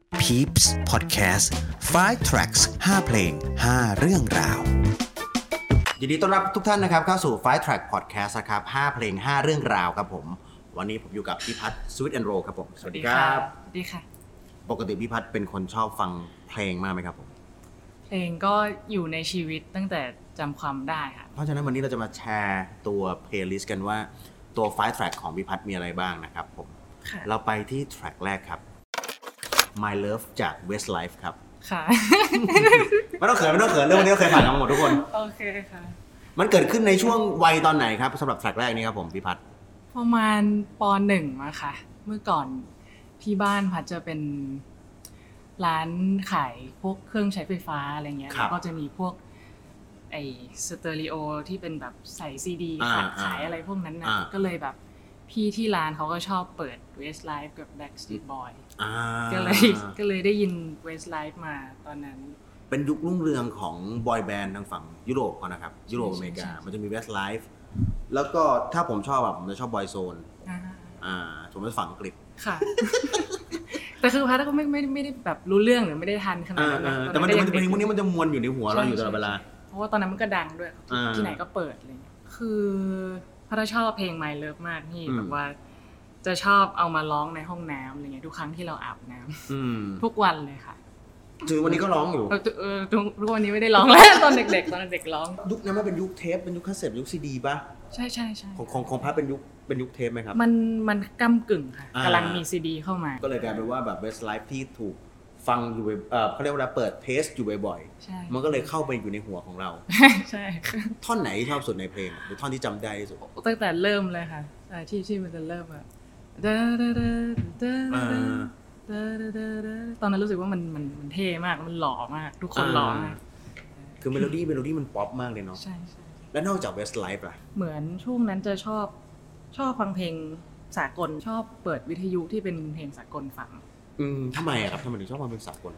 Peeps Podcast 5 tracks 5 เพลง 5 เรื่องราว ยินดีต้อนรับทุกท่านนะครับเข้าสู่ Five Track Podcast นะครับ5เพลง 5 เรื่องราวครับผม วันนี้ผมอยู่กับพี่พัฒน์ Sweet and Roll ครับผม สวัสดีครับ สวัสดีค่ะ ปกติพี่พัฒน์เป็นคนชอบฟังเพลงมากไหมครับผม เพลงก็อยู่ในชีวิตตั้งแต่จำความได้ค่ะ เพราะฉะนั้นวันนี้เราจะมาแชร์ตัว playlist กันว่าตัว Five Track ของพี่พัฒน์มีอะไรบ้างนะครับผม ค่ะ เราไปที่ track แรกครับ My Love จาก Westlife ครับ ค่ะ ไม่ต้องเขินไม่ต้องเขินเรื่องวันนี้เราเคยผ่านกันมาหมดทุกคน โอเคค่ะ มันเกิดขึ้นในช่วงวัยตอนไหนครับสำหรับ track แรกนี้ครับผมพี่พัฒน์ ประมาณปหนึ่งมาค่ะ เมื่อก่อนที่บ้านพัดจะเป็นร้านขายพวกเครื่องใช้ไฟฟ้าอะไรเงี้ย แล้วก็จะมีพวกไอสเตอริโอที่เป็นแบบใส่ซีดี า ขาย อ่า ขายอะไรพวกนั้นนะ อ่า ก็เลยแบบพี่ที่ร้านเขาก็ชอบเปิด Westlife กับ Backstreet Boy อ่า ก็เลย ก็เลยได้ยิน Westlife มาตอนนั้น เป็นยุครุ่งเรืองของบอยแบนด์ทางฝั่งยุโรปก่อนนะครับ ยุโรปอเมริกา ใช่ใช่ มันจะมี Westlife แล้วก็ถ้าผมชอบแบบผมจะชอบบอยโซน อ่า อ่าผมจะฝั่งอังกฤษ ค่ะ แต่คือพัดก็ไม่ไม่ไม่ได้แบบรู้เรื่องหรือไม่ได้ทันขนาด อ่า นั้น อ่า นะ แต่มัน ตอ จะมันจะ เด็ เพล ก งพวกนี้ ๆ มันจะมวนอยู่ในหัวเราอยู่ต ใช่ ลอดเวลา เพราะว่าตอนนั้นมันก็ดังด้วย อ่า ที่ไหนก็เปิดอะไรเลยคือพัดชอบเพลง My Love มากพี่ อืม แบบว่า จะชอบเอามาร้องในห้องน้ำอะไรเงี้ยทุกครั้งที่เราอาบน้ำ อืม ทุกวันเลยค่ะ ถึงวันนี้ก็ร้องอยู่ แล้วเออทุกทุกวันนี้ไม่ได้ร้องแล้ว ตอนเด็กๆ ตอนเด็กๆร้อง ยุคนั้นมันเป็นยุคเทป เป็นยุคคาสเซ็ตยุคซีดีป่ะ ใช่ใช่ใช่ ของของของพัดเป็นยุคเป็นยุคเทปไหมครับ มันมันกำกึ่งค่ะ อ่าก กำลังมีซีดีเข้ามา ก็เลยกลายเป็นว่าแบบ Westlife ที่ถูกฟังอยู่บ่อยเอ่อเขาเรียกว่าเปิดเทสอยู่บ่อย ใช่ ๆ มันก็เลยเข้าไปอยู่ในหัวของเรา ใช่ค่ะ ท่อนไหนที่ชอบสุดในเพลงหรือท่อนที่จำได้ที่สุด ตั้งแต่เริ่มเลยค่ะอ่าที่ที่มันจะเริ่มอะดาดาดาดา อ่ ดาาดาดาดาดาดาตอนนั้นรู้สึกว่ามันมันมันเท่มาก มันหล่อมาก ทุกคนหล่อมาก คือเมโลดี้เมโลดี้มันป๊อปมากเลยเนาะ ใช่ใช่ แล้วนอกจาก Westlife ล่ะ เหมือนช่วงนั้นจะชอบชอบฟังเพลงสากล ชอบเปิดวิทยุที่เป็นเพลงสากลฟัง อืมทำไมอะครับทำไมถึงชอบความเป็นสากล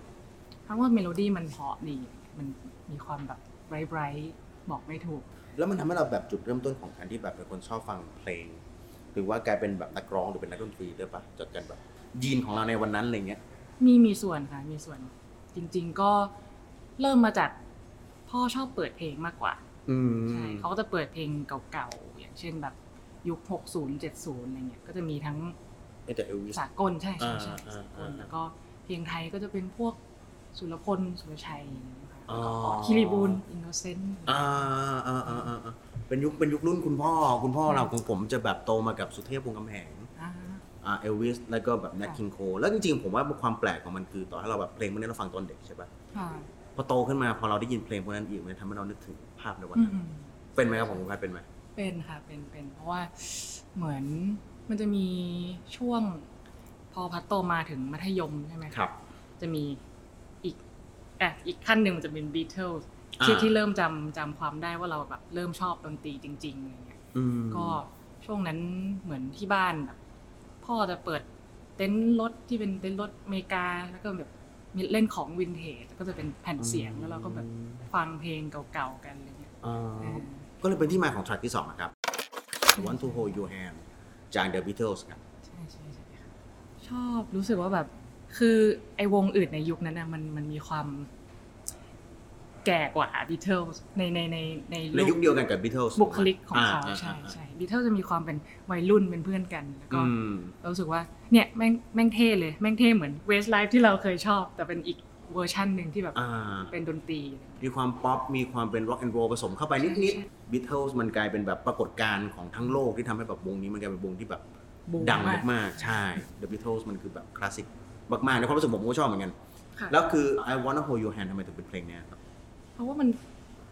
เพราะว่าเมโลดี้มันเพราะดี มันมีความแบบไบรท์ๆบอกไม่ถูก แล้วมันทำให้เราแบบจุดเริ่มต้นของการที่แบบเป็นคนชอบฟังเพลง หรือว่ากลายเป็นแบบนักร้องหรือเป็นนักดนตรีด้วยปะจากการแบบยีนของเราในวันนั้นอะไรเงี้ย มีมีส่วนค่ะ มีส่วน จริง ๆ ก็เริ่มมาจากพ่อชอบเปิดเพลงมากกว่า อืม ใช่เขาก็จะเปิดเพลงเก่าๆ อย่างเช่นแบบยุค 60 70 อะไรเงี้ย ก็จะมีทั้ง เป็นแต่เอลวิส สากลใช่ใช่ใช่ อ่าอ่า สากล อ่า แล้วก็เพลงไทยก็จะเป็นพวกสุรพล สุรชัยนะคะ อ๋ แล้ อ วก็ออดคิริบูลอินโนเซนต์ อ่าอ่าอ่าอ่าอ่าเป็นยุคเป็นยุครุ่นคุณพ่อ คุณพ่อเราของผมจะแบบโตมากับสุเทพวงศ์กำแหง อ่าเอลวิส แล้วก็แบบแนทคิงโค แล้วจริงๆ ผมว่าความแปลกของมันคือต่อให้เราแบบเพลงพวกนี้เราฟังตอนเด็กใช่ปะ ค่ะ พอโตขึ้นมาพอเราได้ยินเพลงพวกนั้นอีกมันทำให้เรานึกถึงภาพในวัน อื นั้น ม เป็นไหมครับผมคุณพัดเป็นไหม เป็นค่ะ เป็นเป็นเพราะว่าเหมือนมันจะมีช่วงพอพัดโตมาถึงมัธยมใช่ไหมะ จะมีอีกอ่ะอีกขั้นหนึ่งมันจะเป็นบีเทิล อ่า ที่ที่เริ่มจำจำความได้ว่าเราแบบเริ่มชอบดนตรีจริงๆอะไรเงี้ย อืม ก็ช่วงนั้นเหมือนที่บ้านแบบพ่อจะเปิดเต็นท์รถที่เป็นเต็นท์รถอเมริกา แล้วก็แบบมีเล่นของวินเทจแล้วก็จะเป็นแผ่นเสียงแล้วเราก็แบบฟังเพลงเก่าๆกันอะไรเงี้ย อ่า เออ ก็เลยเป็นที่มาของ track ที่สองนะครับ I Want to Hold Your Hand จาก The Beatles ครับ ใช่ใช่ใช่ค่ะชอบรู้สึกว่าแบบคือไอ้วงอื่นในยุคนั้นนะมันมันมีความแก่กว่าบีเทิลในในในใน ใน รูป ยุคเดียวกันกับ Beatles บุคลิกของเขา อ่ ใช่ อ่า ใช่บีเทิลจะมีความเป็นวัยรุ่นเป็นเพื่อนกัน แล้วก็ อืม เรารู้สึกว่าเนี่ยแม่งแม่งเท่เลย แม่งเท่เหมือนเวสไลฟ์ที่เราเคยชอบ แต่เป็นอีกเวอร์ชั่นหนึ่งที่แบบ อ่า เป็นดนตรี มีความป๊อป มีความเป็น rock and roll ผสมเข้าไปนิด ใช่ ๆ Beatles มันกลายเป็นแบบปรากฏการณ์ของทั้งโลกที่ทำให้แบบวงนี้มันกลายเป็นวงที่แบบ บูม ดัง มาก มากๆ ใช่ The Beatles มันคือแบบคลาสสิกมากๆในความรู้สึกผมก็ชอบเหมือนกัน ค่ะ แล้วคือ I Wanna Hold Your Hand ทำไมถึงเป็นเพลงเนี้ยครับ เพราะว่ามัน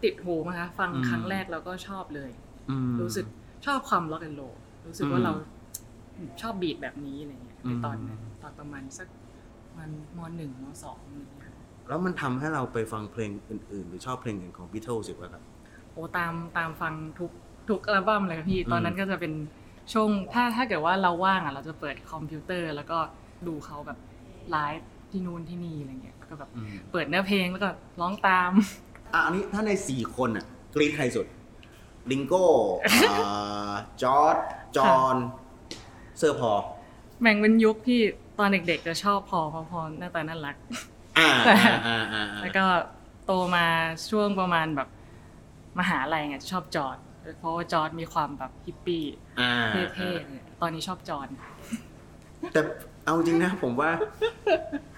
ติดหูนะคะฟัง อืม ครั้งแรกเราก็ชอบเลย อืม รู้สึกชอบความล็อกแอนโลรู้สึกว่า อืม เราชอบบีทแบบนี้อะไรเงี้ยในตอนนั้น อืม ตอนประมาณสักมันมหนึ่งมสองอะไรเงี้ยค่ะ แล้วมันทำให้เราไปฟังเพลงอื่นๆ หรือชอบเพลงอื่นของ Beatles อีกว่าครับ โอ้ตามตามฟังทุกทุกอัลบั้มเลยค่ะพี่ อืม ตอนนั้นก็จะเป็นช่วงถ้าถ้าเกิดว่าเราว่างอ่ะเราจะเปิดคอมพิวเตอร์ แล้วก็ดูเขาแบบไลฟ์ที่นู่นที่นี่อะไรเงี้ยแล้วก็แบบ อืม เปิดเนื้อเพลงแล้วก็ร้องตาม อ่ะอันนี้ถ้าใน 4 คนอ่ะกรีดใครสุด ลิงโก้ จอร์ดจอห์นเซอร์พอ แบ่งเป็นยุคที่ตอนเด็ก ๆ จะชอบพอพอพอหน้าตาน่ารัก อ่ า แต่ อ่าอ่า แล้วก็โตมาช่วงประมาณแบบมหาลัยไงจะชอบจอร์ดเพราะว่าจอร์ดมีความแบบฮิปปี้ อ่า เท่ๆเนี่ยตอนนี้ชอบจอร์ด แต่เอาจริงนะผมว่า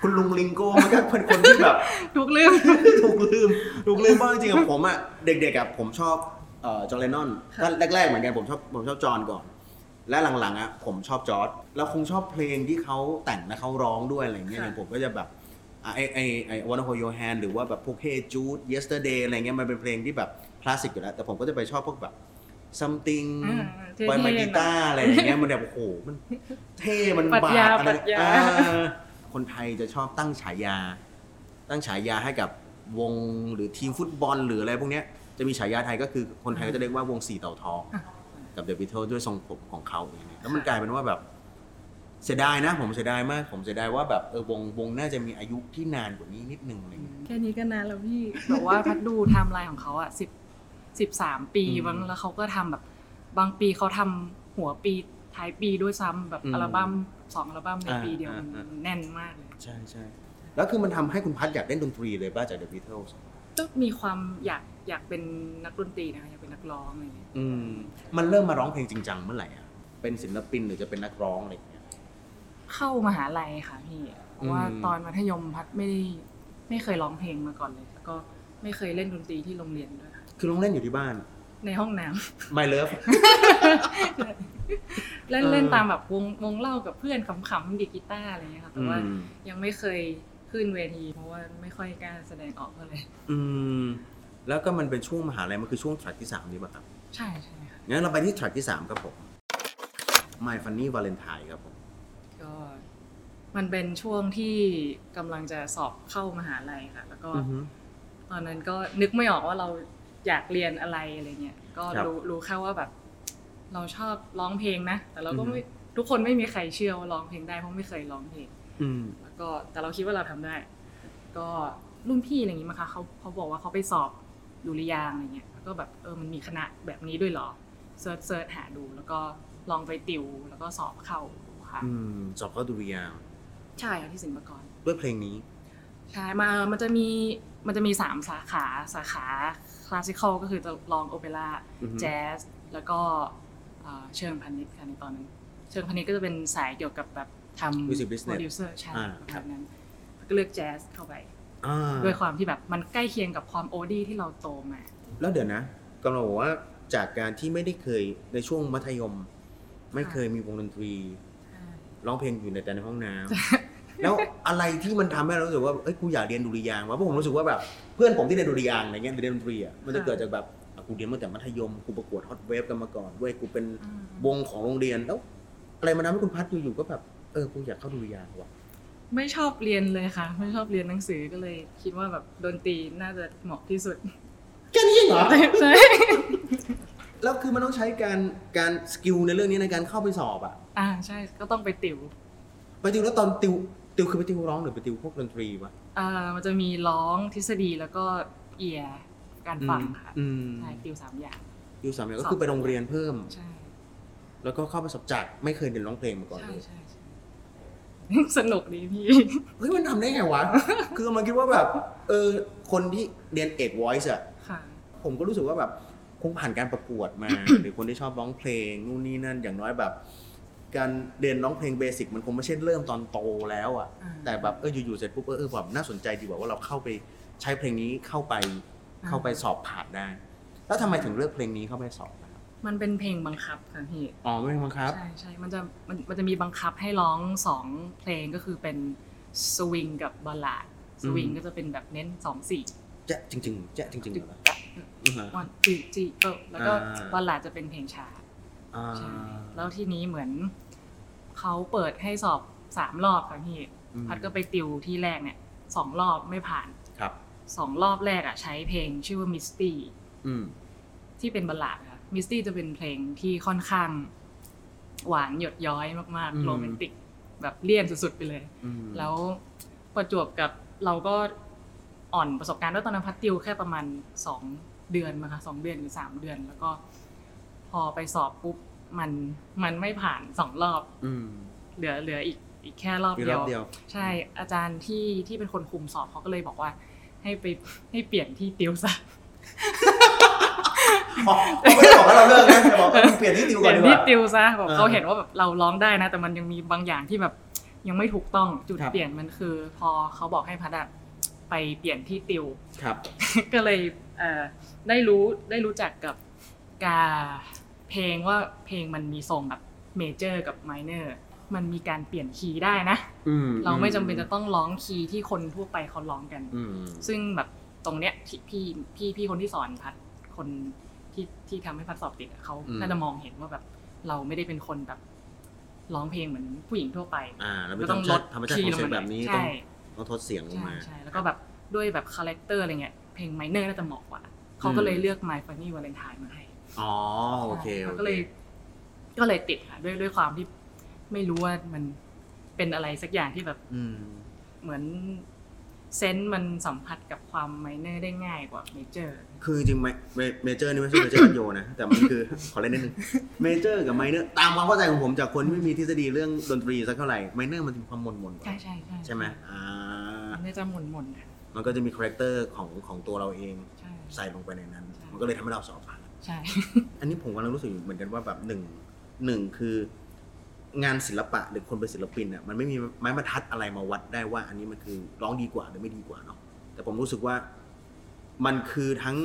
คุณลุงลิงโก้มันก็เป็นคนที่แบบ ทุกเรื่อง ถูกลืมถูกลืมบ้างจริงๆอะ ผมอะเด็กๆอะผมชอบเอ่อจอร์แดนนอน ค่ะ ก็แรกๆเหมือนกันผมชอบผมชอบจอร์นก่อน และหลังๆอะผมชอบจอร์ดแล้วคงชอบเพลงที่เขาแต่งและเขาร้องด้วยอะไรเงี้ย ค่ะ อย่างผมก็จะแบบอ่ะไอไอไอวันโฮโยแฮนหรือว่าแบบพวกเฮจูด yesterday อะไรเงี้ยมันเป็นเพลงที่แบบคลาสสิกอยู่แล้ว แต่ผมก็จะไปชอบพวกแบบ something อ่า ไว เท่ๆ ไมกีตาร์อะไรอย่างเงี้ยมันแบบโอ้โหมันเท่มัน ปรับ าด ชญา อะไร ปรัชญา อ่าคนไทยจะชอบตั้งฉายา ตั้งฉายาให้กับวงหรือทีมฟุตบอลหรืออะไรพวกเนี้ยจะมีฉายาไทยก็คือคนไทยก็จะเรียกว่าวงสี่เต่าทองกับเดอะบิทเทิลด้วยทรงผมของเขาอย่างเงี้ยแล้วมันกลายเป็นว่าแบบ เสียดายนะ ผมเสียดายมาก ผมเสียดายว่าแบบเออวงวงน่าจะมีอายุที่นานกว่านี้นิดนึงอะไรเงี้ย แค่นี้ก็นานแล้วพี่ แบบว่าพัดดูไทม์ไลน์ของเขาอ่ะสิบสิบสามปี อืม บางแล้วเขาก็ทำแบบ บางปีเขาทำหัวปีท้ายปีด้วยซ้ำแบบ อืม อัลบั้มสองอัลบั้มใน อ่า ปีเดียว อ่าอ่ามั ันแน่นมากเลย ใช่ใช่แล้วคือมันทำให้คุณพัดอยากเล่นดนตรีเลยป่ะจากเดอะบิทเทิล ก็มีความอยากอยากเป็นนักดนตรีนะคะอยากเป็นนักร้องอะไรอย่างเงี้ย อืมมันเริ่มมาร้องเพลงจริงจังเมื่อไหร่อ่ะ เป็นศิลปินหรือจะเป็นนักร้องอะไรอย่างเงี้ย เข้ามหาลัยค่ะพี่เพราะว่า อืม ตอนมัธยมพัดไม่ได้ไม่เคยร้องเพลงมาก่อนเลยแล้วก็ไม่เคยเล่นดนตรีที่โรงเรียนด้วยค่ะ คือร้องเล่นอยู่ที่บ้าน ในห้องน้ำ My Love เล่น เออ เล่นตามแบบวงวงเล่ากับเพื่อนขำๆดีดกีตาร์อะไรอย่างเงี้ยค่ะแต่ว่า อืม ยังไม่เคยขึ้นเวที เพราะว่าไม่ค่อยกล้าแสดงออกเท่าไหร่ อืม แล้วก็มันเป็นช่วงมหาลัยมันคือช่วงแทร็กที่สามนี่ป่ะครับ ใช่ใช่ค่ะ งั้นเราไปที่แทร็กที่สามครับผม My Funny Valentine ครับผม ก็มันเป็นช่วงที่กำลังจะสอบเข้ามหาลัยค่ะ แล้วก็ อือฮึ ตอนนั้นก็นึกไม่ออกว่าเราอยากเรียนอะไรอะไรเงี้ยก็ ครับ รู้รู้แค่ว่าแบบ เราชอบร้องเพลงนะ แต่เราก็ไม่ อือฮึ ทุกคนไม่มีใครเชื่อว่าร้องเพลงได้เพราะไม่เคยร้องเพลง อืม แล้วก็แต่เราคิดว่าเราทำได้ ก็รุ่นพี่อะไรอย่างนี้มั้งคะเขาเขาบอกว่าเขาไปสอบดุริยางค์อะไรเงี้ยแล้วก็แบบเออมันมีคณะแบบนี้ด้วยเหรอเซิร์ชเซิร์ชหาดู แล้วก็ลองไปติวแล้วก็สอบเข้าค่ะ อืมสอบเข้าดุริยางค์ ใช่ค่ะที่สิงห์ประกร ด้วยเพลงนี้ ใช่มามันจะมีมันจะมีสามสาขาสาขาคลาสสิคอลก็คือจะลองโอเปร่า อือฮึ แจ๊สแล้วก็เอ่อเชิงพาณิชย์ค่ะในตอนนั้น เชิงพาณิชย์ก็จะเป็นสายเกี่ยวกับแบบทำ Music business โปรดิวเซอร์ใช่ อ่าค แบ รับ บนั้นก็เลือกแจ๊สเข้าไป อ่า ด้วยความที่แบบมันใกล้เคียงกับความโอดี้ที่เราโตมา แล้วเดี๋ยวนะกำลังบอกว่าจากการที่ไม่ได้เคยในช่วงมัธยม ไม่เคยมีวงดนตรี ร้องเพลงอยู่ในแต่ในห้องน้ำ แล้วอะไรที่มันทำให้เรารู้สึกว่า เอ้ย กูอยากเรียนดุริยางค์วะเพราะผมรู้สึกว่าแบบ เพื่อนผมที่เรียนดุริยางค์อะไรเงี้ยเรียนดนตรีอ่ะ มันจะ ค่ะ เกิดจากแบบอ่ะกูเรียนมาแต่มัธยม กูประกวดฮอตเวฟกันมาก่อนเว้ย กูเป็นวงของโรงเรียน แล้ว อะไรมันทำให้คุณพัดอยู่ๆก็แบบ เออ กูอยากเข้าดุริยางค์ว่ะ ไม่ชอบเรียนเลยค่ะ ไม่ชอบเรียนหนังสือก็เลยคิดว่าแบบดนตรีน่าจะเหมาะที่ สุด แค่นี้เองเหรอ ใช่ แล้วคือมันต้องใช้การ การสกิลในเรื่องนี้ในการเข้าไปสอบอ่ะ อ่าใช่ก็ต้องไปติว ไปติวแล้วตอนติว ติวคือไปติวร้องหรือไปติวพวกดนตรีวะ อ่ามันจะมีร้องทฤษฎีแล้วก็เอียร์การฟังค่ะ อืม ใช่ติวสามอย่าง ติวสามอย่างก็คือไปโรงเรียนเพิ่ม ใช่ แล้วก็เข้าไปสอบจากไม่เคยเรียนร้องเพลงมาก่อน ใช่ เลย ใช่ใช่ สนุกดีพี่ เฮ้ยมันทำได้ไงวะ คือมันคิดว่าแบบ เออ คนที่เรียนเอก voice อะ ค่ะ ผมก็รู้สึกว่าแบบ คงผ่านการประกวดมา หรือคนที่ชอบร้องเพลงนู่นนี่นั่นอย่างน้อยแบบ การเรียนร้องเพลงเบสิกมันคงไม่ใช่เริ่มตอนโตแล้วอะ อ่า แต่แบบเอออยู่ๆเสร็จปุ๊บเออเออแบบน่าสนใจดีกว่าว่าเราเข้าไปใช้เพลงนี้เข้าไป อ่า เข้าไปสอบผ่านได้ แล้วทำไมถึงเลือกเพลงนี้เข้าไปสอบนะครับ มันเป็นเพลงบังคับค่ะพี่ อ๋อไม่บังครับ ใช่ใช่ มันจะมันมันจะมีบังคับให้ร้องสองเพลงก็คือเป็นสวิงกับบาลาดสวิง อืม ก็จะเป็นแบบเน้นสองสี่ แจ๊ะจริงๆแจ๊ะจริงๆเหรอวะอ่า วันจีจีเออแล้วก็ อ่า บาลาดจะเป็นเพลงช้า อ่า ใช่แล้วทีนี้เหมือนเขาเปิดให้สอบสามรอบค่ะพี่พัดก็ไปติวที่แรกเนี่ยสองรอบไม่ผ่าน ครับ สองรอบแรกอ่ะใช้เพลงชื่อว่ามิสตี้ อืม ที่เป็นบาลาดค่ะมิสตี้จะเป็นเพลงที่ค่อนข้างหวานหยดย้อยมาก อืม ๆโรแมนติกแบบเลี่ยนสุดๆไปเลย อืม แล้วประจวบกับเราก็อ่อนประสบการณ์ด้วยตอนนั้นพัดติวแค่ประมาณสองเดือนมั้งคะสองเดือนหรือสามเดือน แล้วก็พอไปสอบปุ๊บมันมันไม่ผ่านสองรอบ อืม เหลือเหลืออีกอีกแค่รอบ มี เดี ร ย อ ว บเดียว ใช่อาจารย์ที่ที่เป็นคนคุมสอบเขาก็เลยบอกว่า ให้ไปให้เปลี่ยนที่ติวซะ อ๋อไม่ได้บอกว่าเราเลิกนะแต่บอกว่าเปลี่ยนที่ติว เป ก่อ ลี่ น ยน ดีก ที่ ว่า ติวซะแบบ อ่า เขาเห็นว่าแบบเราร้องได้นะ แต่มันยังมีบางอย่างที่แบบยังไม่ถูกต้องจุด ครับ เปลี่ยนมันคือ พอเขาบอกให้พัดอะไปเปลี่ยนที่ติว ครับ ก็เลยเอ่อได้รู้ได้รู้จักกับการเพลงว่าเพลงมันมีทรงแบบเมเจอร์กับไมเนอร์มันมีการเปลี่ยนคีย์ได้นะ อืม เราไม่จำเป็นจะต้องร้องคีย์ที่คนทั่วไปเขาร้องกัน อืม ซึ่งแบบตรงเนี้ยที่พี่พี่พี่คนที่สอนพัดคนที่ที่ทำให้พัดสอบติดอะเขา อืม น่าจะมองเห็นว่าแบบเราไม่ได้เป็นคนแบบร้องเพลงเหมือนผู้หญิงทั่วไป อ่าแล้ว ก็ ไม่ ต้ ต้ อ อง ง ล ล ด ดธรรมชาติ คี ของย์ลง เสียง มา แบบนี้ต้อ ใช่ งต้องทดเสียงลง ใช่ มา ใช่แล้วก็แบบด้วยแบบคาแรคเตอร์อะไรเงี้ยเพลงไมเนอร์น่าจะเหมาะกว่าเขาก็เลยเลือก My Funny Valentine มาให้ อ๋อโอเค ใช่ โอ มันก็ เค เลย ก็เลยติดค่ะด้วยด้วยความที่ไม่รู้ว่ามันเป็นอะไรสักอย่างที่แบบ อืม เหมือนเซนส์มันสัมผัสกับความไมเนอร์ได้ง่ายกว่าเมเจอร์ คือจริงๆเมเจอร์นี่ไม่ใช่เมเจอร์โยนะ แต่มันคือ ขอเล่นนิดนึงเมเจอร์กับไมเนอร์ตามความเข้าใจของผมจากคนที่ไม่มีทฤษฎีเรื่องดนตรีสักเท่าไหร่ไมเนอร์มันจะมีความมนมนๆกว่า ใช่ใช่ใช่ ใช่ไหมอ่า มันจะหมุนหมุนๆนะ มันก็จะมีคาแรคเตอร์ของของตัวเราเอง ใช่ ใส่ลงไปในนั้น ใช่ มันก็เลยทำให้เราสอบผ่าน ใช่ อันนี้ผมกำลังรู้สึกอยู่เหมือนกันว่าแบบหนึ่งหนึ่งคือ งานศิลปะหรือคนเป็นศิลปินอ่ะมันไม่มีไม้บรรทัดอะไรมาวัดได้ว่า อันนี้มันคือร้องดีกว่าหรือไม่ดีกว่าเนาะแต่ผมรู้สึกว่ามันคือทั้ง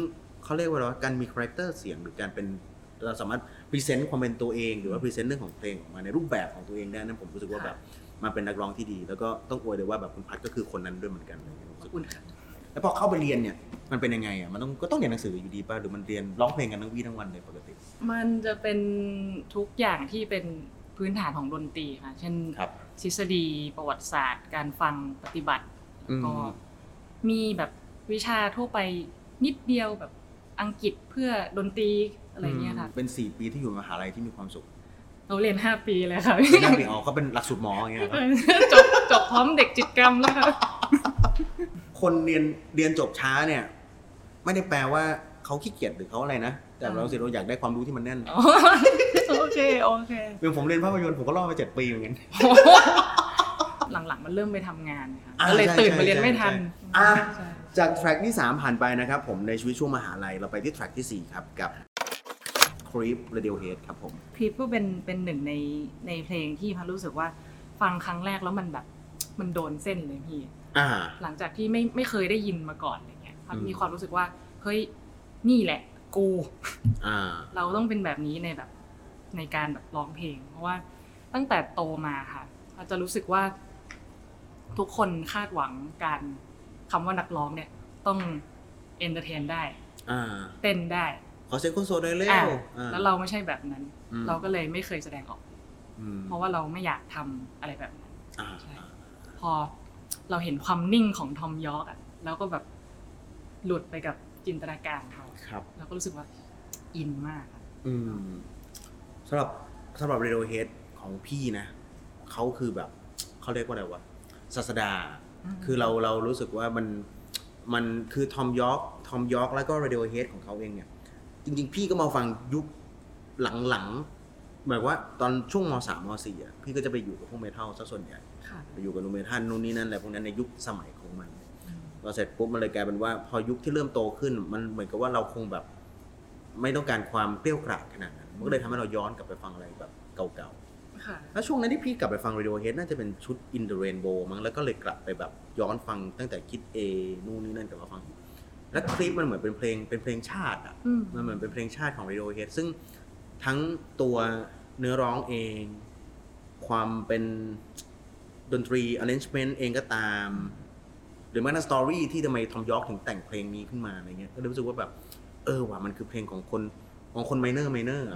เขาเรียกว่าอะไรวะการมีคาแรคเตอร์เสียงหรือการเป็นเราสามารถพรีเซนต์ความเป็นตัวเอง หรือว่าพรีเซนต์เรื่องของเพลงออกมาในรูปแบบของตัวเองได้นั่นผมรู้สึกว่า ค่ะ แบบมันเป็นนักร้องที่ดี แล้วก็ต้องอวยเลยว่าแบบคุณพัดก็คือคนนั้นด้วยเหมือนกันอะไรอย่างเงี้ยรู้ ข สึ อก บคุณค่ะ แล้วพอเข้าไปเรียนเนี่ยมันเป็นยังไงอ่ะมันต้องก็ต้องเรียนหนังสืออยู่ดีป่ะหรือมันเรียนร้องเพลงกันทั้งวี่ทั้งวันเลยปกติ มันจะเป็นทุกอย่างที่เป็นพื้นฐานของดนตรีค่ะ เช่น ครับ ทฤษฎีประวัติศาสตร์ การฟังปฏิบัติ อืม ก็มีแบบวิชาทั่วไปนิดเดียวแบบอังกฤษเพื่อดนตรีอะไรเงี้ยค่ะ เป็น 4 ปีที่อยู่มหาลัยที่มีความสุ ข เราเรียน 5 ปีเลย ค่ะไม่ได้เรียนออกก็เป็นหลักสูตรหมออย่างเงี้ยครับ จบจบพร้อมเด็กจิตกรรมแล้วค่ะ คนเรียนเรียนจบช้าเนี่ย ไม่ได้แปลว่าเขาขี้เกียจหรือเขาอะไรนะ แต่เรา อืม สิเราอยากได้ความรู้ที่มันแน่น อ๋อโอเค โอเค อย่างผมเรียนภาพยนตร์ผมก็รอดมาเจ็ดปีเหมือนกัน หลังๆ มันเริ่มไปทำงานนะคะ อ่า ก็เลย ใช่ ตื่น ใช่ มาเรียนไม่ทัน ใช่อ่า ใช่ จากแทร็กที่ 3 ผ่านไปนะครับผมในชีวิตช่วงมหาลัยเราไปที่แทร็กทีสี่ 4 ครับ กับ Creep Radiohead ครับผม คลิปก็เป็นเป็นหนึ่งในในเพลงที่พันรู้สึกว่าฟังครั้งแรกแล้วมันแบบมันโดนเส้นเลยพี่ อ่า หลังจากที่ไม่ไม่เคยได้ยินมาก่อนอะไรเงี้ยพัน อืม มีความรู้สึกว่าเฮ้ยนี่แหละ กู อ่า เราต้องเป็นแบบนี้ในแบบในการแบบร้องเพลง เพราะว่าตั้งแต่โตมาค่ะเราจะรู้สึกว่าทุกคนคาดหวังการคำว่านักร้องเนี่ย ต้องเอนเตอร์เทนได้ อ่า เต้นได้ ขอเซ็นโคโซได้เร็ อ่ะ ว แล้วเราไม่ใช่แบบนั้น อืม เราก็เลยไม่เคยแสดงออก อืม เพราะว่าเราไม่อยากทำอะไรแบบนั้น อ่า ใช่ พอเราเห็นความนิ่งของทอมยอร์กอ่ะเราก็แบบหลุดไปกับจินตนาการเขา ครับ เราก็รู้สึกว่าอินมากอะ อืมสำหรับสำหรับเรโ h เฮดของพี่นะเขาคือแบบเขาเรียกว่าอะไรวะศาสดา คือเราเรารู้สึกว่ามันมันคือทอมยอร์กทอมยอร์กแล้วก็เรดิโอเฮดของเขาเองเนี่ย จริง ๆ พี่ก็มาฟังยุคหลังๆหมายว่าตอนช่วงมสามมสี่อ่ะพี่ก็จะไปอยู่กับพวกเมทัลซะส่วนใหญ่ ค่ะ ไปอยู่กับนูเมทัลนู่นนี่นั่นอะไรพวกนั้นในยุคสมัยของมัน อืม พอเสร็จปุ๊บมันเลยกลายเป็นว่าพอยุคที่เริ่มโตขึ้น มันเหมือนกับว่าเราคงแบบ ไม่ต้องการความเกรี้ยวกราดขนาดนั้น มันก็เลยทำให้เราย้อนกลับไปฟังอะไรแบบเก่า ค่ะ ๆ แล้วช่วงนั้นที่พี่กลับไปฟัง Radiohead น่าจะเป็นชุด In the Rainbow มั้งแล้วก็เลยกลับไปแบบย้อนฟังตั้งแต่คิด A นู่นนี่นั่นกลับมาฟังอีกแล้วคลิปมันเหมือนเป็นเพลงเป็นเพลงชาติอ่ะ อืม มันเหมือนเป็นเพลงชาติของ Radiohead ซึ่งทั้งตัวเนื้อร้องเอง ความเป็นดนตรี arrangement เองก็ตาม หรือแม้แต่สตอรี่ที่ทำไมทอมยอร์กถึงแต่งเพลงนี้ขึ้นมาอะไรเงี้ยก็เลยรู้สึกว่าแบบ เออว่ะมันคือเพลงของคนของคนไมเนอร์ไมเนอร์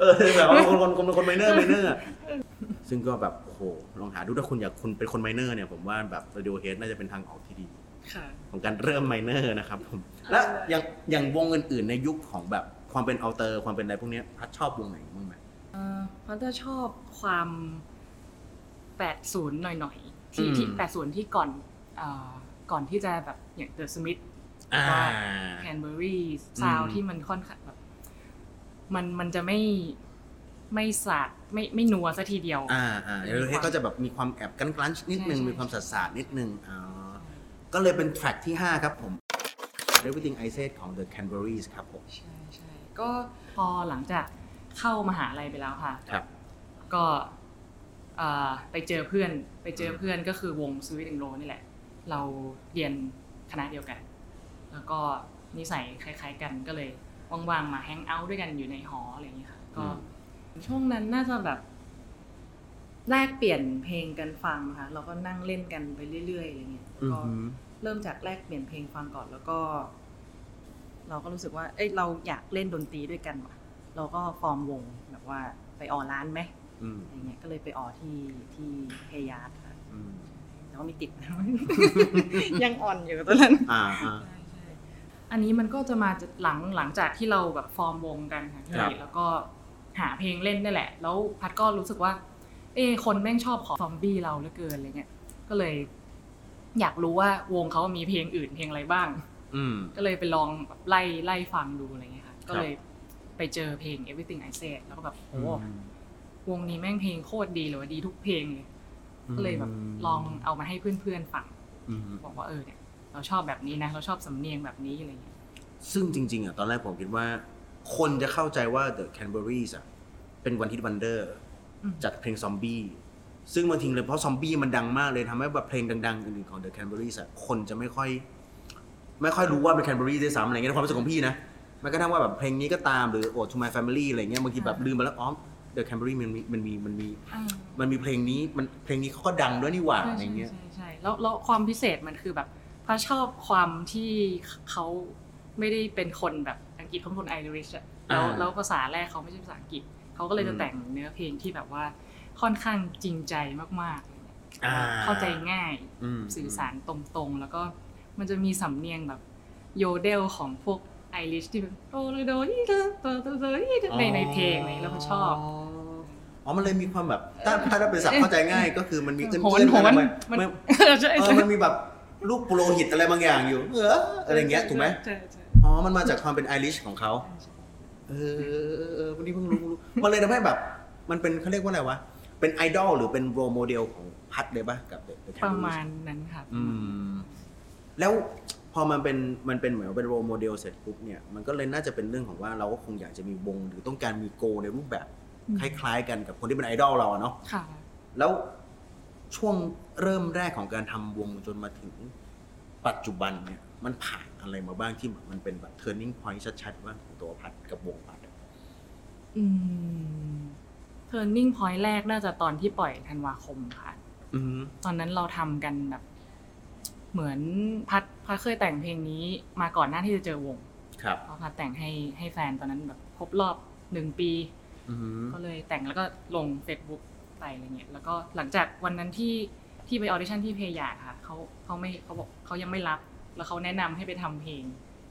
เออแบบว่าคนคนคนคนไมเนอร์ไมเนอร์ซึ่งก็แบบโอ้โหลองหาดูถ้าคุณอยากคุณเป็นคนไมเนอร์เนี่ยผมว่าแบบ Radiohead น่าจะเป็นทางออกที่ดี ค่ะ ของการเริ่มไมเนอร์นะครับผม แล้วอย่างอย่างวงอื่น ๆ ในยุคของแบบความเป็นเอาเตอร์ ความเป็นอะไรพวกเนี้ยพัดชอบวงไหนบ้างไหม เอ่อเพราะจะชอบความ 80 หน่อยๆ ที่ อืม ที่ 80 ที่ก่อนเอ่อก่อนที่จะแบบอย่าง The Smith อ่า Canberry Sound อืม ที่มันค่อนข้างแบบ มันมันจะไม่ ไม่สาดไม่ไม่นัวซะทีเดียว อ่าอ่าเดี๋ยวเราให้ก็จะแบบมีความแอบกันกลั้นนิดนึง ใช่ใช่ มีความสาดสาดนิดนึงอ่าก็เลยเป็นแทร็กที่ 5 ครับผม Everything I Said ของ The Canberries ครับผม ใช่ใช่ก็พอหลังจากเข้ามหาลัยไปแล้วค่ะ ครับ ก็เอ่อไปเจอเพื่อนไปเจอเพื่อนก็คือวงสวิตติงโรนี่แหละ เราเรียนคณะเดียวกัน แล้วก็นิสัยคล้ายๆกันก็เลยว่างๆมาแฮงเอาท์ด้วยกันอยู่ในหออะไรอย่างเงี้ยค่ะก็ อืม ช่วงนั้นน่าจะแบบแลกเปลี่ยนเพลงกันฟังค่ะเราก็นั่งเล่นกันไปเรื่อยๆอะไรเงี้ยแล้ว อือ ก็ หือ เริ่มจากแรกเปลี่ยนเพลงฟังก่อนแล้วก็ เราก็รู้สึกว่า เอ้ยเราอยากเล่นดนตรีด้วยกันว่ะ เราก็ฟอร์มวงแบบว่าไปออร้านไหม อืม อะไรเงี้ยก็เลยไปออที่ที่เฮยาร์ดค่ะ อืม แล้วก็มีติด ยังอ่อนอยู่ตอนนั้น อ่าอ่า อันนี้มันก็จะมาจากหลังหลังจากที่เราแบบฟอร์มวงกันค่ะพี่ ครับ แล้วก็หาเพลงเล่นนี่แหละ แล้วพัดก็รู้สึกว่า เอ้คนแม่งชอบของซอมบี้เราเหลือเกินอะไรเงี้ยก็เลย อยากรู้ว่าวงเขามีเพลงอื่นเพลงอะไรบ้าง อืม ก็เลยไปลองแบบไล่ไล่ฟังดูอะไรเงี้ยค่ะ ก็เลยไปเจอเพลง Everything I Said แล้วก็แบบโอ้วงนี้แม่งเพลงโคตรดีเลยว่าดีทุกเพลงเลย ก็เลยแบบลองเอามาให้เพื่อนๆฟัง อืม บอกว่าเออเนี่ยเราชอบแบบนี้นะ เราชอบสำเนียงแบบนี้อะไรเงี้ย ซึ่งจริง ๆ อ่ะ ตอนแรกผมคิดว่า คนจะเข้าใจว่า The Canberries อ่ะ เป็นวันที่วันเดอร์ อืม จากเพลงซอมบี้ ซึ่งบางทีเลยเพราะซอมบี้มันดังมากเลยทำให้แบบเพลงดัง ๆ อื่น ๆ ของ The Canberries อ่ะ คนจะไม่ค่อย ไม่ค่อยรู้ว่าเป็น Canberries ด้วยซ้ำอะไรเงี้ยในความรู้สึกของพี่นะแม้กระทั่งว่าแบบเพลงนี้ก็ตามหรือ Ode to My Family อะไรเงี้ยบางทีแบบลืมไปแล้วอ๋อ The Canberries มันมีมันมีมันมีมันมีเพลงนี้มันเพลงนี้เขาก็ดังด้วยนี่หว่า ใช่ อะไร ใช่ เงี้ย ใช่ใช่แล้วแล้วความพิเศษมันคือแบบเขาชอบความที่เขาไม่ได้เป็นคนแบบอังกฤษเขาเป็นคนไอริชอะแล้ว อ่า แล้วภาษาแรกเขาไม่ใช่ภาษาอังกฤษเขาก็เลยจะ อืม แต่งเนื้อเพลงที่แบบว่าค่อนข้างจริงใจมากๆ อ่ เข้าใจง่าย อืม สื่อสารตรงๆ แล้วก็มันจะมีสำเนียงแบบโยเดลของพวกไอริชที่แบบโตโลโดนี่เตอเตอเตอเตอนี่เตอในในเพลงอะไรอย่างเงี้ยแล้วก็ชอบ อ๋อ มันเลยมีความแบบ ถ้าถ้าเราเป็นศัพท์เข้าใจง่าย ก็คือมันมีเอื้อน โหน เอื้อน โหน อะไรมา มัน มัน เออใช่ เออ ใช่ มันมีแบบรูปโปโลหิตอะไรบางอย่างอยู่ เอออะไรอย่างเงี้ย ถูกไหม ใช่ใช่ อ๋อ มันมาจากความเป็นไอริชของเขา ใช่ เออเออเออเออวันนี้เพิ่งรู้เพิ่งรู้ มันเลยทำให้แบบ มันเป็นเขาเรียกว่าอะไรวะ เป็นไอดอลหรือเป็นโรโมเดลของพัดเลยปะกับ The- The ป Cat ระ Williams มาณนั้นค่ะ อืม แล้วพอมันเป็นมันเป็นเหมือนเป็นโรโมเดลเสร็จปุ๊บเนี่ยมันก็เลยน่าจะเป็นเรื่องของว่าเราก็คงอยากจะมีวงหรือต้องการมีโกในรูปแบบ คล้ายๆกันกับคนที่เป็นไอดอลเราอะเนาะ ค่ะ แล้วช่วงเริ่มแรกของการทำวงจนมาถึงปัจจุบันเนี่ยมันผ่านอะไรมาบ้างที่แบบมันเป็นแบบ turning point ชัดๆว่าของตัวพัดกับวงพัดอะ อืม turning point แรกน่าจะตอนที่ปล่อยธันวาคมค่ะ อืม ตอนนั้นเราทำกันแบบ เหมือนพัดพัดเคยแต่งเพลงนี้มาก่อนหน้าที่จะเจอวง ครับ พอพัดแต่งให้ให้แฟนตอนนั้นแบบครบรอบหนึ่งปี อืม ก็เลยแต่งแล้วก็ลง Facebook ไปอะไรเงี้ยแล้วก็หลังจากวันนั้นที่ที่ไปออเดชั่นที่เพยาค่ะเขาเขาไม่เขาบอกเขายังไม่รับ แล้วเขาแนะนำให้ไปทำเพลง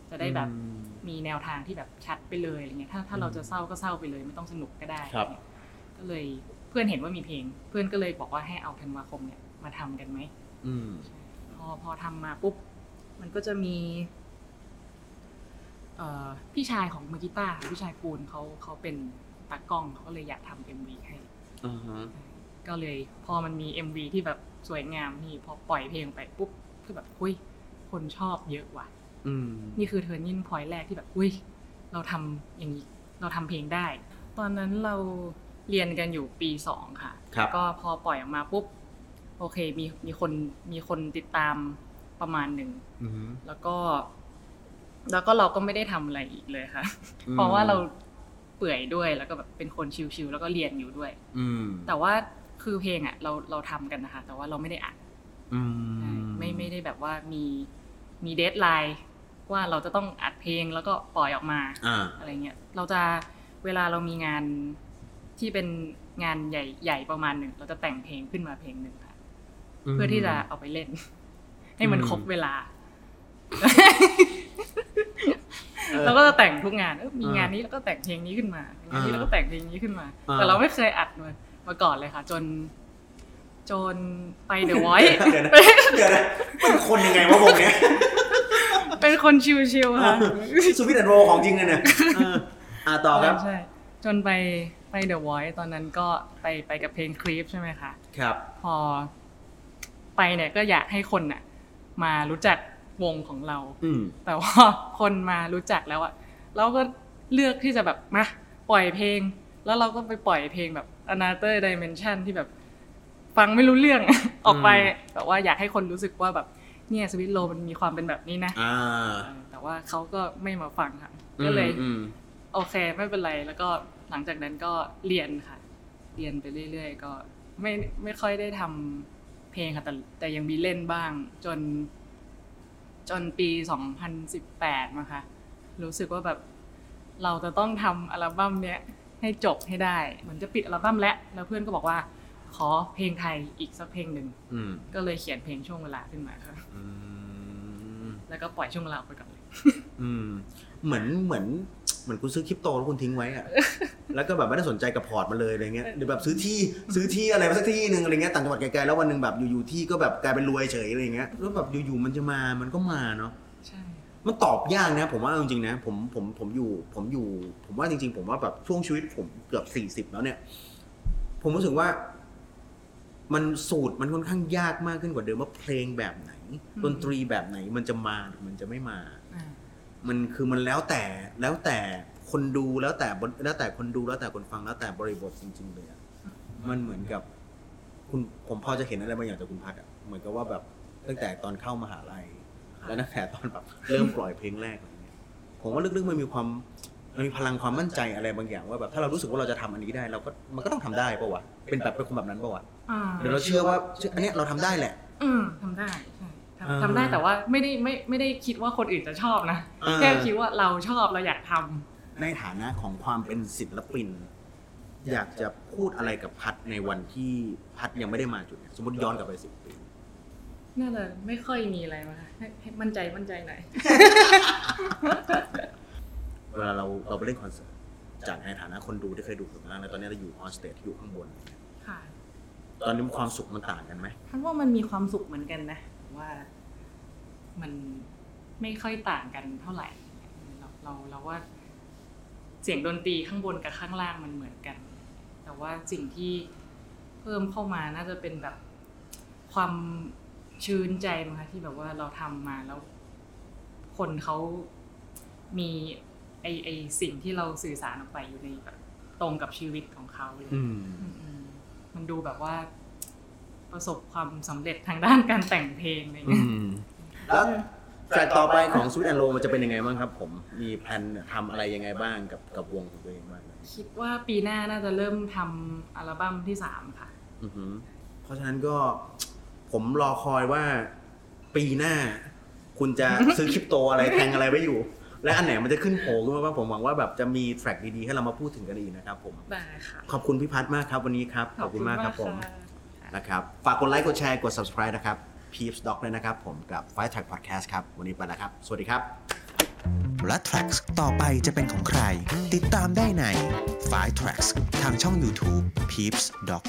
จะได้แบบ อืม มีแนวทางที่แบบชัดไปเลยอะไรเงี้ยถ้าถ้าเราจะเศร้าก็เศร้าไปเลยไม่ต้องสนุกก็ได้ ครับ เนี่ยก็เลยเพื่อนเห็นว่ามีเพลง เพื่อนก็เลยบอกว่าให้เอาธันวาคมเนี่ยมาทำกันไหม อืม พอพอทำมาปุ๊บ มันก็จะมีเอ่อพี่ชายของมือกีตาร์พี่ชายปูนเขาเขาเป็นตากล้องเขาก็เลยอยากทำเอ็มวีให้ อือฮะ ก็เลยพอมันมี MV ที่แบบสวยงามนี่พอปล่อยเพลงไปปุ๊บคือแบบอุ้ยคนชอบเยอะว่ะ อืม นี่คือเทอร์นิ่งพอยต์แรกที่แบบอุ้ยเราทำอย่างนี้เราทำเพลงได้ ตอนนั้นเราเรียนกันอยู่ปีสองค่ะ ครับ แล้วก็พอปล่อยออกมาปุ๊บ โอเคมีมีคนมีคนติดตามประมาณหนึ่ง อืม แล้วก็ แล้วก็เราก็ไม่ได้ทำอะไรอีกเลยค่ะ เพราะว่าเราเปื่อยด้วยแล้วก็แบบเป็นคนชิวๆแล้วก็เรียนอยู่ด้วย อืม แต่ว่าคือเพลงอ่ะ เราเราทำกันนะคะ แต่ว่าเราไม่ได้อัด อืม ไม่ไม่ได้แบบว่ามีมีเดทไลน์ว่าเราจะต้องอัดเพลงแล้วก็ปล่อยออกมา อ่า อะไรเงี้ยเราจะเวลาเรามีงานที่เป็นงานใหญ่ใหญ่ประมาณหนึ่งเราจะแต่งเพลงขึ้นมาเพลงหนึ่งค่ะ เพื่อที่จะเอาไปเล่น ให้มัน อืม ครบเวลา เราก็จะแต่งทุกงานเอ้ยมีงานนี้แล้วก็แต่งเพลงนี้ขึ้นมางานอ่านี้แล้วก็แต่งเพลงนี้ขึ้นมา อ่า แต่เราไม่เคยอัดมามาก่อนเลยค่ะ จน จนไปเดอะวอย เดี๋ยวนะเดี๋ยวนะเป็นคนยังไงวะวงเนี้ย เป็นคนชิวๆค่ะ สุวิทย์แอนด์โรลของจริงเลยเนี่ยเอออ่าต่อครับ ใช่จนไป ไป The Voice ตอนนั้นก็ไปไปกับเพลงคลิปใช่ไหมคะ ครับ พอไปเนี่ยก็อยากให้คนน่ะมารู้จักวงของเรา อืม แต่ว่าคนมารู้จักแล้วอะเราก็เลือกที่จะแบบมาปล่อยเพลง แล้วเราก็ไปปล่อยเพลงแบบ Another Dimension ที่แบบฟังไม่รู้เรื่อง ออกไปแบบว่าอยากให้คนรู้สึกว่าแบบเนี่ยสวิตโลมันมีความเป็นแบบนี้นะ อ่า เออแต่ว่าเขาก็ไม่มาฟังค่ะ ก็เลย อืมอืม โอเคไม่เป็นไรแล้วก็หลังจากนั้นก็เรียนค่ะ เรียนไปเรื่อยๆ ก็ไม่ไม่ค่อยได้ทำเพลงค่ะแต่แต่ยังมีเล่นบ้าง จน จนปี 2018มาค่ะรู้สึกว่าแบบเราจะต้องทำอัลบั้มเนี้ยให้จบให้ได้เหมือนจะปิดอัลบั้มแล้วแล้วเพื่อนก็บอกว่า ขอเพลงไทยอีกสักเพลงหนึ่ง อืม ก็เลยเขียนเพลงช่วงเวลาขึ้นมาค่ะ อืม แล้วก็ปล่อยช่วงเวลาไปก่อนเลย อืมเหมือนเหมือนเหมือนคุณซื้อคริปโตแล้วคุณทิ้งไว้ อะ แล้วก็แบบไม่ได้สนใจกับพอร์ตมันเลยอะไรเงี้ยหรือแบบซื้อที่ซื้อที่อะไรมาสักที่หนึ่งอะไรเงี้ยต่างจังหวัดไกลๆแล้ววันหนึ่งแบบอยู่ๆที่ก็แบบกลายเป็นรวยเฉยอะไรเงี้ยแล้วแบบอยู่ๆมันจะมามันก็มาเนาะ ใช่ มันตอบยากนะ ผมว่าเอาจริงๆนะผมผมผมอยู่ผมอยู่ ผมว่าจริง ๆ ผมว่าแบบช่วงชีวิตผมเกือบสี่สิบแล้วเนี่ย ผมรู้สึกว่า มันสูตรมันค่อนข้างยากมากขึ้นกว่าเดิมว่าเพลงแบบไหน อืม ดนตรีแบบไหน มันจะมาหรือมันจะไม่มา อ่า มันคือมันแล้วแต่แล้วแต่คนดูแล้วแต่บแล้วแต่คนดูแล้วแต่คนฟังแล้วแต่บริบทจริง ๆ เลยอะมันเหมือนกับ คุณผมพอจะเห็นอะไรบางอย่างจากคุณพัดอะเหมือนกับว่าแบบตั้งแต่ตอนเข้ามหาลัย แล้วตั้งแต่ตอนแบบเริ่มปล่อยเพลงแรกอะไรเงี้ยผมว่าลึกๆมันมีความมันมีพลังความมั่นใจอะไรบางอย่างว่าแบบถ้าเรารู้สึกว่าเราจะทำอันนี้ได้ เราก็มันก็ต้องทำได้ปะวะเป็นแบบเป็นคนแบบนั้นปะวะ อ่า เดี๋ยวเราเชื่อว่าเชื่ออันเนี้ยเราทำได้แหละ อืมทำได้ใช่ทำ อ่า ทำได้แต่ว่าไม่ได้ไม่ไม่ได้คิดว่าคนอื่นจะชอบนะ อ่า แค่คิดว่าเราชอบเราอยากทำ ในฐานะของความเป็นศิลปิน อยากจะพูดอะไรกับพัดในวันที่พัดยังไม่ได้มาจุดเนี้ยสมมติย้อนกลับไปสิบปี น่าจะไม่ค่อยมีอะไรมาค่ะให้ให้มั่นใจมั่นใจหน่อย เวลาเราเราไปเล่นคอนเสิร์ตจากในฐานะคนดูที่เคยดูกันมาแล้วตอนนี้เราอยู่ออนสเตจอยู่ข้างบน ค่ะ ตอนนี้ความสุขมันต่างกันไหม ท่านว่ามันมีความสุขเหมือนกันนะว่ามันไม่ค่อยต่างกันเท่าไหร่เราเราเราว่า เสียงดนตรีข้างบนกับข้างล่างมันเหมือนกัน แต่ว่าสิ่งที่เพิ่มเข้ามาน่าจะเป็นแบบความชื่นใจมั้งคะที่แบบว่าเราทำมาแล้ว คนเขามีไอไอสิ่งที่เราสื่อสารออกไปอยู่ในแบบตรงกับชีวิตของเขาเลย อืม อืมๆมันดูแบบว่า ประสบความสำเร็จทางด้านการแต่งเพลงอะไรเงี้ย แล้วแฟลตต่อไปของสวิตแอนโลมันจะเป็นยังไงบ้างครับผมมีแพลนทำอะไรยังไงบ้างกับกับวงของตัวเองบ้างไหม คิดว่าปีหน้าน่าจะเริ่มทำอัลบั้มที่สามค่ะ อือหือเพราะฉะนั้นก็ผมรอคอยว่าปีหน้า คุณจะซื้อคริปโตอะไรแทงอะไรไว้อยู่ และอันไหนมันจะขึ้นโผล่ขึ้นมาบ้างผมหวังว่าแบบจะมีแทร็กดีๆ ให้เรามาพูดถึงกันอีกนะครับผม ได้ค่ะ ขอบคุณพี่พัฒน์มากครับวันนี้ครับมากครับผม ะ นะครับฝากกดไลค์กดแชร์กด subscribe นะครับ Peeps Doc เลยนะครับ ผมกับ Fight Track Podcast ครับ วันนี้ไปแล้วครับ สวัสดีครับ และ Tracks ต่อไปจะเป็นของใคร ติดตามได้ใน f i Tracks ทางช่อง YouTube Peeps Doc